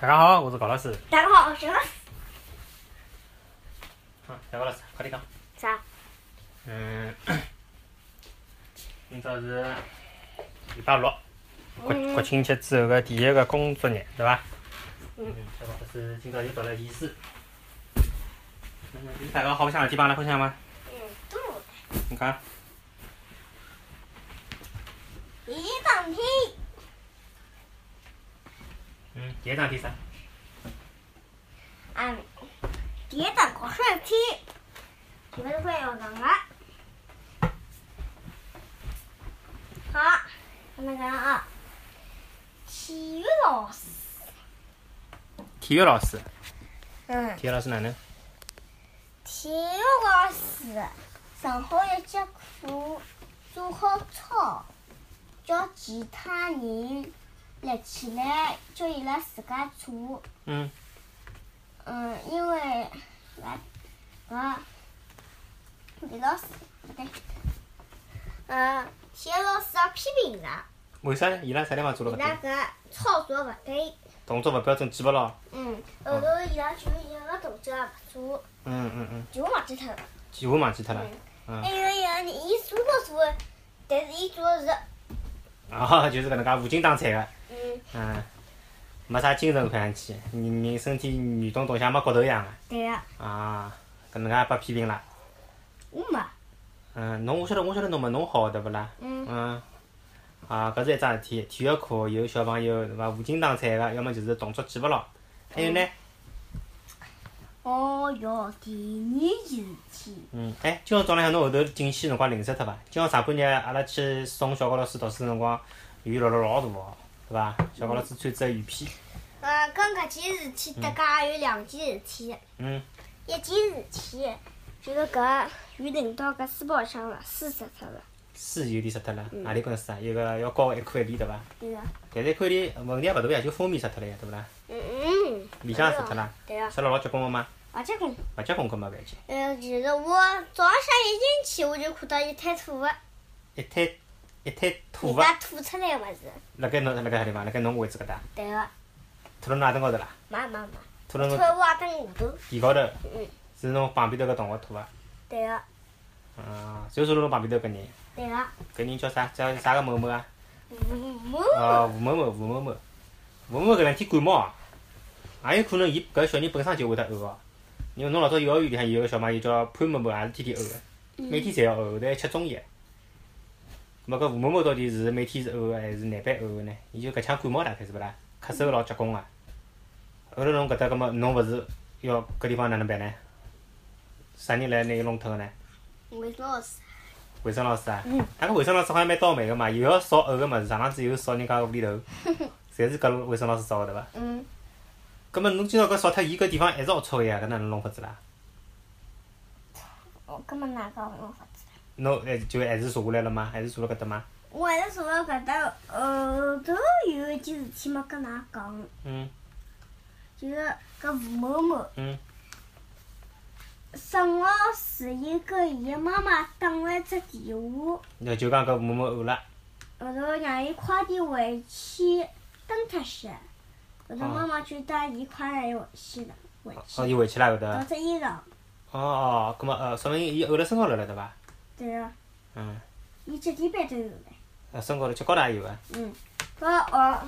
大家好，我是高老师。大家好，我是老师。啊，小高老师，快点讲。啥？嗯，今朝是礼拜六，国国嗯，庆节之后个第一个工作日，对伐？嗯。小高老师今朝又到了医师。嗯，有啥个好白相的事体帮阿拉分享吗？嗯，对。你讲，一整天，嗯，第一桩事体啥？嗯，跌倒过顺天，你们会有人了。好，那个啊，体育老师，体育老师，嗯，体育老师哪能？体育老师上好一节课，做好操，叫其他人立起来，叫伊拉自家做。嗯，嗯，因为来啊，李老师不对，嗯，体育老师要批评了，为啥呢？伊拉啥地方做了伊勿拉对？搿操作勿对，动作勿标准，记勿牢。嗯，后头伊拉就一个动作也勿做，嗯嗯嗯，全部忘记脱了。几乎忘记脱了。嗯还有一个人，伊做过做，但是伊做的是，啊，就是搿能介无精打采个。嗯，嗯，没啥精神看上去，人人身体软咚咚像没骨头一样的对呀，啊，搿能介也被批评了。我没，嗯，侬我晓得，我晓得侬没侬好对勿啦？嗯嗯。啊，搿是一桩事体，体育课有小朋友对伐无精打采个，要么就是动作记勿牢。还有呢，哦哟，第二件事体，嗯，哎，今朝早浪向侬后头进去辰光淋湿脱伐？今朝上半日阿拉去送小高老师读书辰光，雨落了老大哦，对伐？小高老师穿只雨披，呃，跟搿件事体搭界有两件事体。嗯，一件事体，就是搿雨淋到搿书包上了，书湿脱了，水有点湿脱了，何里根湿啊？一个要高一块一厘对伐？对啊个。但是看里问题也勿大呀，就封面杀脱了呀，对勿啦？嗯嗯。里向杀脱啦，对啊个。杀了老结棍个嘛，而且讲，勿结棍搿没办法，呃，其实我早浪向一进去，我就看到一滩土个，一滩一滩土啊人伐？家吐出来个物事，辣盖侬辣盖啥地方？辣盖侬位置搿搭，对啊个。吐辣侬矮凳高头啦，没没没，吐辣吐侬我瓦凳下头，地高头嗯，是侬旁边头个同学吐个，对个嗯，就是侬旁边头搿人，对个。搿人叫啥？叫啥个某某啊？嗯哦，吴某某，吴某某，吴某某搿两天感冒啊，也有可能伊搿小人本身就会得呕哦。因为侬老早幼儿园里向有个小朋友叫潘某某，也是天天呕个，每天侪要呕，后头还吃中药。咹搿吴某某到底是每天是呕个，还是难办呕个呢？伊就搿腔感冒大概是勿啦？咳嗽老结棍个。后头侬搿搭搿么侬勿是要搿地方哪能办呢？啥人来拿伊弄脱个呢？魏老师，卫生老师啊，那个卫生老师好像蛮倒霉个嘛，又要扫呕个物事，上趟子又扫人家个屋里头，侪是搿卫生老师扫个对伐？嗯，葛末啊侬今朝搿扫脱伊搿地方还是龌龊个呀，搿哪能弄法子啦？哦，搿么哪个弄法子？侬还就还是坐下来了吗？还是坐辣搿搭吗？我还是坐到搿搭，后头有一件事体没跟㑚讲。嗯就是搿吴某某，嗯，沈老师伊跟伊妈妈打了一只电话，那就讲搿某某呕了，后头让伊快点回去等脱些，后头哦妈妈就带伊快点回去了，回哦，去伊回去了后头。拿哦只衣裳，哦，葛末呃，说明伊呕了身高头了对伐？对个，嗯，伊脚底板都有嘞，呃身高头脚高头也有个。嗯，搿哦，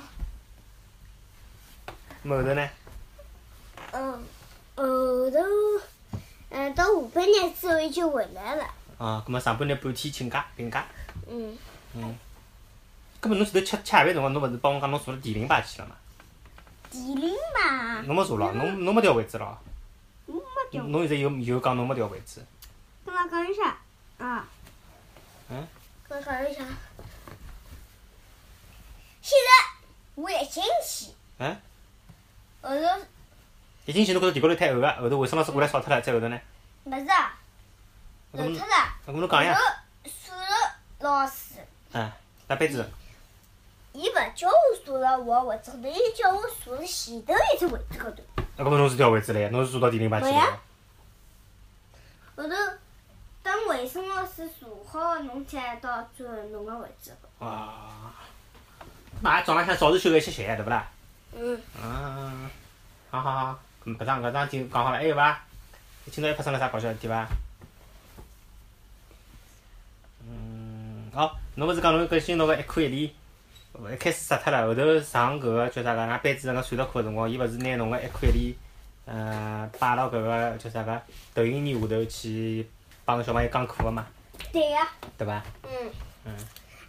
葛末后头呢？嗯，后头，嗯，到下半日之后伊就回来了，哦，葛末上半日半天请假病假。嗯，葛末侬前头吃吃夜饭辰光，侬勿是帮我讲侬坐了第零排去了嘛？地灵嘛，侬没坐牢，侬侬没调位置牢。我没叫，侬现在有有讲侬没调位置，跟我讲一下，啊，嗯，我考虑一下。现在我也进去，嗯，后头一进去侬觉着地高头太厚个，啊后头卫生老师过来扫脱了，再后头呢？没事啊，那漏么脱了。那么侬讲呀，后头数学老师，嗯，那班主任，伊勿叫我数了我位置高头，伊叫我数了前头一只位置高头。那搿么侬是调位置了呀？侬是坐到第零排去了没呀呀？后头等卫生老师数好，侬再到最后侬个位置。哇，那也早浪向早自修个一些闲，对勿啦？嗯，啊，好好好，嗯搿搿桩搿桩事体讲好了，还有伐？今朝又发生了啥搞笑事体伐？嗯，哦，侬勿是讲侬搿新拿搿一科一理，一开始杀脱了，后头上搿个叫啥个，㑚班主任个算术课个辰光，伊勿是拿侬个一科一理，呃，摆到搿个叫啥个投影仪下头去帮小朋友讲课个嘛，对呀、对伐？嗯。嗯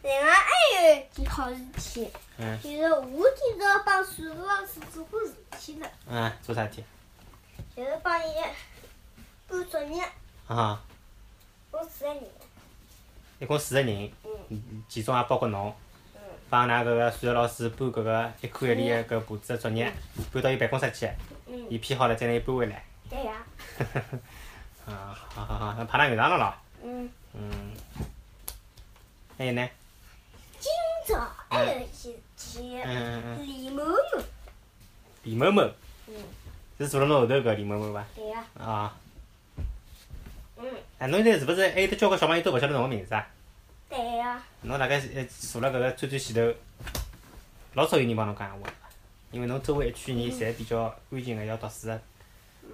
然后还有一件好事体，嗯就是我今朝帮数学老师做过事体了，嗯，做啥事体？就是帮伊赶作业，啊，我四个人。一共四个人，嗯其中也啊包括侬。嗯，帮㑚搿个数学老师搬搿个一科一理个搿簿子个作业，搬到伊办公室去，嗯，伊批好了 再拿伊搬回来。对呀、啊，好好好，那派㑚园长了咯。嗯，嗯。还有呢？今朝还有一件事体，嗯嗯嗯。李某某，李某某嗯，是坐辣侬后头搿李某某伐？对呀、啊。嗯，哎，侬现在是勿是还有得交关小朋友都勿晓得侬个名字啊？对呀、侬大概是呃坐辣搿个最最前头，老少有人帮侬讲闲话，因为侬周围一圈人侪比较安静个，要读书个。嗯，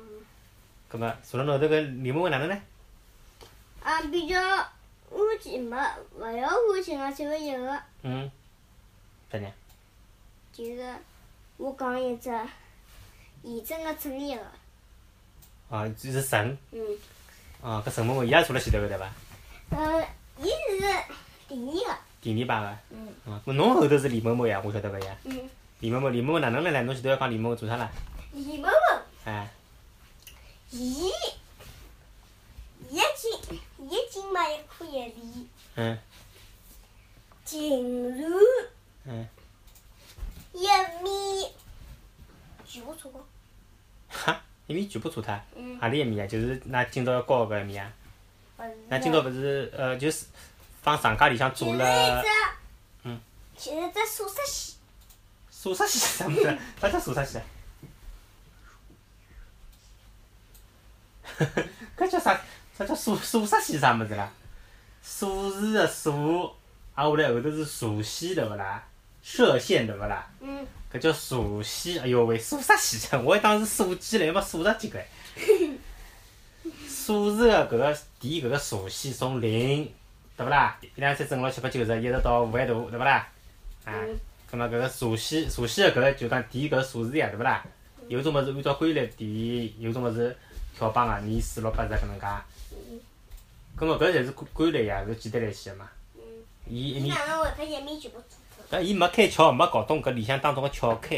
葛末坐辣侬后头搿李某某哪能呢？啊，比较安静嘛，勿要安静啊，只有一个，嗯。啥人？就是我讲一只，验证个证一个，啊，就是神。嗯，啊，搿陈某某伊也坐辣前头个对伐？呃，伊是第一个，第二排个。嗯啊，咾侬后头是李某某呀，我晓得个呀。嗯，李某某，李某某哪能来呢？侬前头要讲李某某做啥啦？李某某，哎，伊，伊一进，伊一进嘛一科一里，嗯竟然嗯，一米，全部错过，哈，一米全部做脱，嗯，何里一米啊？就是㑚今朝要教个搿一米啊。㑚今朝勿是呃，就是放长假里向做了其实一只，嗯，其实一只数学系，数啥戏啥物事？啥叫数啥戏？搿叫啥？啥叫数数啥戏啥物事啦？数字的数，啊，下来后头是数线对勿啦？射线对勿啦？嗯。搿叫数线，哎哟喂，数啥线？ 我还当是数几来嘛，数十几个。数字的搿个第搿个数线从零，对勿啦？一两三四五六七八九十，一直到五万大，对勿啦？啊，嗯葛末搿个数线，数线的搿个就讲第搿个数字呀，对勿啦？有种物事按照规律第，有种物事跳帮啊，二四六八十搿能介。葛末搿侪是规规律呀，是简单来写的嘛。嗯，伊一伊面，哪能会得一面全部错脱？但伊没开窍，没搞懂搿里向当中个窍开。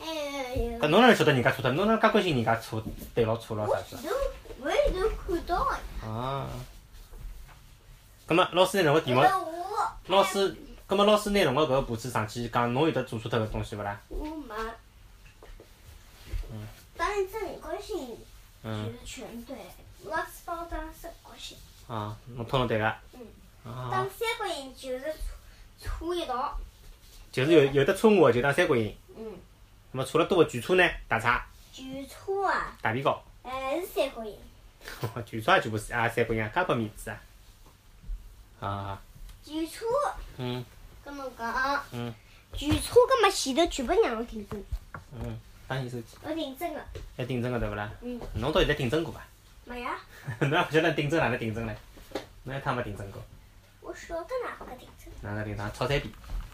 哎呦，搿侬哪能晓得人家错脱？侬哪能介关心人家错对牢错牢我啥前子？头我前头看到的，啊。葛末老师拿侬个题目，后头我老师，葛末老师拿侬个搿个簿子上去讲，侬有得做错脱搿东西勿啦？我没。当时真没关系，嗯。就是全对。老师帮我打三角形，啊，侬通通对个。嗯。打啊。三角形就是错一道。就是有有的错误的就当三角形，嗯，那么错了多的举错呢？打叉、全错啊，打比高， 还是三角形。举错也全部是啊三角形，介拨面子啊。啊。全错，嗯跟侬讲，嗯全错，葛末前头全部让我订正，嗯，打你手机，我订正个，要订正个对勿啦？嗯，侬到现在订正过伐？ 没呀，侬也勿晓得订正哪能订正唻？侬一趟没订正过，我晓得哪个订正，哪能订正？抄三遍，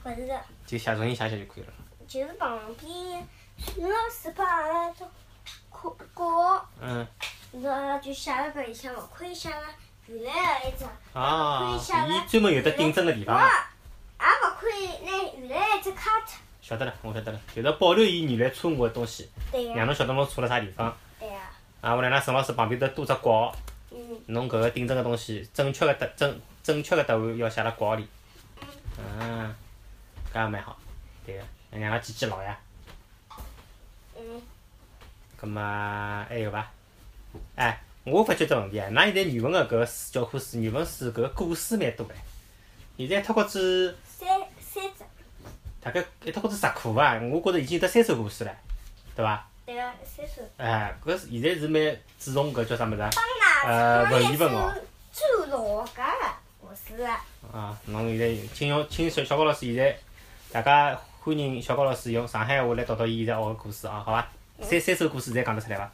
勿是的。就写重新写写就可以了。就是旁边老师帮阿拉做考教，嗯，然后阿拉就写了搿里向勿可以写了，原来的一只，啊，伊专门有得订正个地我方也啊，勿可以拿原来的一只卡脱。晓得了，我晓得了，就是保留伊原来错误个东西，对让呀，侬晓得侬错了啥地方。对呀，啊，我来㑚沈老师旁边头多只角，嗯，侬搿个订正个东西，正确个答正正确个答案要写辣角里。嗯，搿也蛮好，对个，让阿拉记记牢呀。嗯，葛末啊还有伐？哎，我发觉只问题啊，㑚现在语文个搿个书教科书、语文书搿个古诗蛮多个，现在脱稿子三三只，大概一脱稿子十课伐？我觉着已经有得三首古诗了，对伐？对啊呀，三首。哎，搿是现在是蛮注重搿叫啥物事啊？帮哪呃文言文哦最老家的故事啊，啊，侬现在请用请小小高老师现在，大家欢迎小高老师用上海话来读读伊现在学个古诗啊，好伐？三三首故事侪讲得出来伐？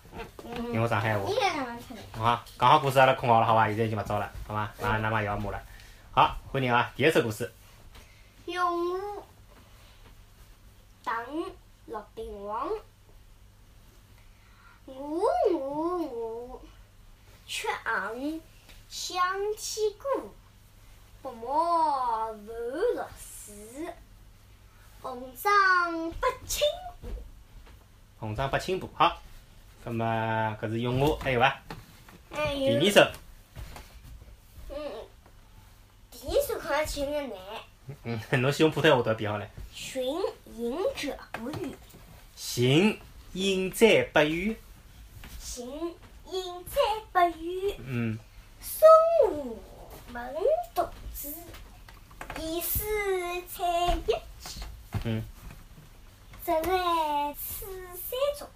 嗯，用上海话你。来讲出来。好啊，讲好故事阿拉困觉了，好伐？现在已经勿早了，好伐？马上那妈也要骂了。好，欢迎啊！第一首故事，用户等落电网，我我我，缺昂想起故，不莫烦落水，红掌不轻红掌八千步。好，葛末搿是用户，还有伐？哎第呦二，首，嗯，第一首看上去有点难。嗯， 侬先用普通话读一遍好了。寻隐者不遇，行，应在不语。寻隐者不遇。嗯，松雾门独子，疑是采一枝。嗯。只在此山中，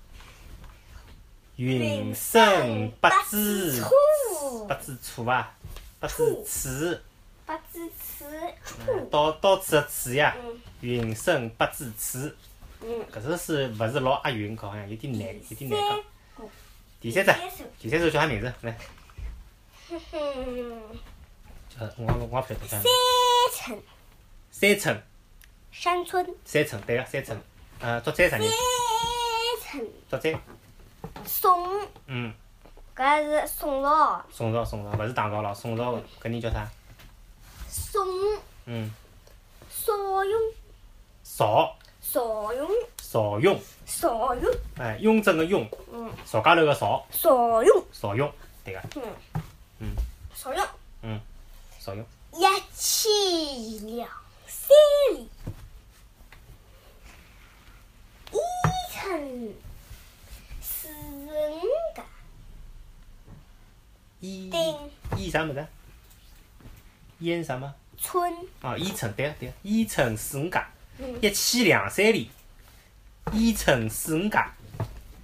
云生八字处，，八字处啊伐？八字处，八字词处。刀刀子个处呀。嗯云生八字处，嗯。搿首诗勿是老押韵，好啊像有点难，有点难讲三。第三第只三首，第三首叫啥名字？来，哼哼，叫我我我也不晓得叫啥名字。三城三乘，山村，三乘，对个，三乘。呃，作者啥人？三城作者，宋，嗯，搿是宋老，宋朝，宋朝，勿是唐朝了，宋朝的搿人叫啥？宋嗯，邵雍，邵邵雍，邵雍，邵雍，哎，雍正个雍，嗯，邵家头个邵，邵雍，邵雍，对个，嗯，嗯，邵雍。嗯，邵雍。一气两三里，一层四五个伊丁伊啥物事？烟啥么？村，哦，伊城对个对个，伊城四五家，嗯，一妻两三里，伊城四五家。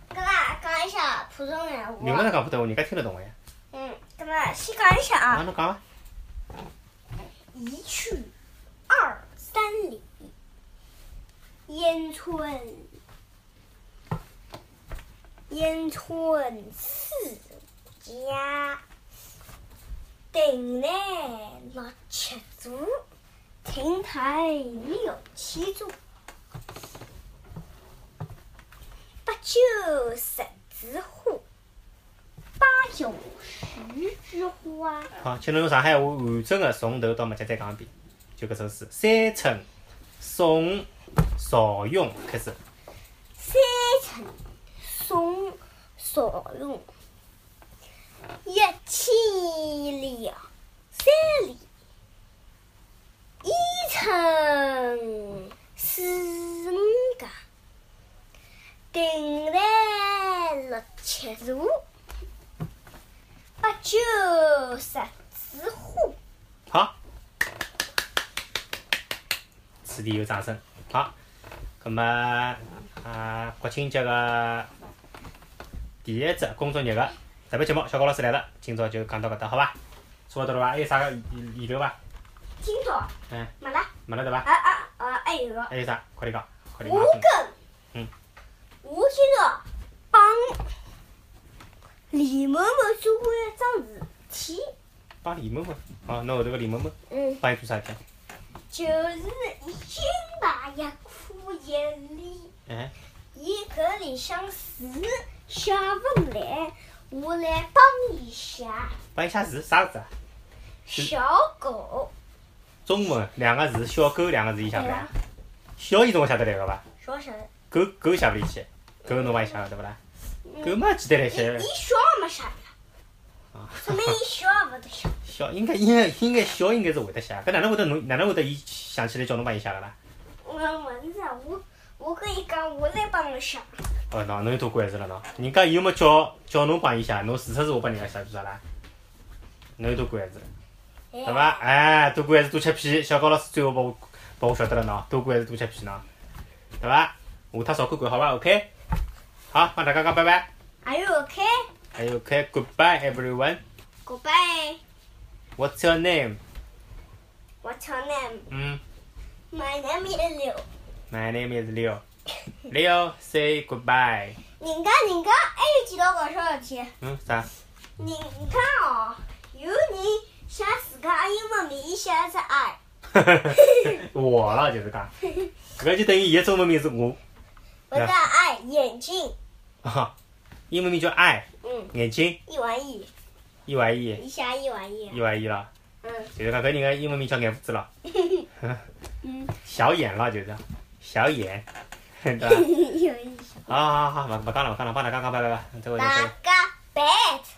跟啦讲一下普通人用勿着，讲普通话，人家听得懂个呀。嗯，跟啦先讲一下啊，啊，侬讲伐？一去二三里，烟村，烟村四家，顶内六七组，亭台六七座，八九十枝花，八九十枝花。好，请侬用上海话完整个从头到末节再讲一遍，就搿首诗。三乘，宋，邵雍开始。三层松少用，一千两三里，一层四五家，顶来六七座，八九十枝花。好，此地有掌声。好，葛么啊，国庆节个第一只工作日个特别节目，小高老师来了，今朝就讲到搿搭，好伐？差勿多了伐？还有啥个遗遗留伐？今朝嗯，没了，没了对啊伐？啊啊！还有个。还有啥？快点讲，快点我讲。跟，嗯我今朝帮李某某做过一桩事体，帮李某某，哦，侬后头个李某某嗯，帮伊做啥去？就是伊新买一颗叶里，哎，伊搿里向字写勿来，我来帮伊写。帮伊写字，啥字啊？小狗，中文两个字，小狗两个字，伊写勿对来伐。？小伊总归写得来个伐？小神，狗狗写勿来去，狗侬帮伊写个对勿啦？狗嘛简单来伊写。伊小也嗯没写呀，啊说明伊小也勿得写。小应该应该应该小应该是会得写，搿哪能会得侬哪能会得伊想起来叫侬帮伊写个啦？我问是，我我跟伊讲，我来帮侬写。哦，喏，侬有多关注了喏，人家又没叫叫侬帮伊写，侬自出是我帮人家写做啥啦？侬有多关注，对对伐？？哎，多关注多吃屁，小高老师最后把我把我晓得了喏，多关注多吃屁喏，对伐？下趟少看看好伐？OK，好，帮大家讲拜拜， Are you okay? 还有 OK，Goodbye everyone。 Goodbye. What's your name？ What's your name? 嗯 My name is Leo. ，My name is Leo。 Leo say goodbye。人家人家还有几道搞笑事体，嗯，啥？人你看哦，有人写自家英文名，伊写的是 I，我了就是讲，搿个就等于伊个中文名是我，不是 I 眼睛，啊，英文名叫 I，嗯，眼睛一玩一， E Y E 伊写一玩一， E Y E 了，嗯就是讲搿人个英文名叫眼胡子了，嗯，小眼了就是，小眼，对伐？一玩一。好好好，勿勿讲了勿讲了，帮大家讲拜拜吧，再会再会大。家 bet。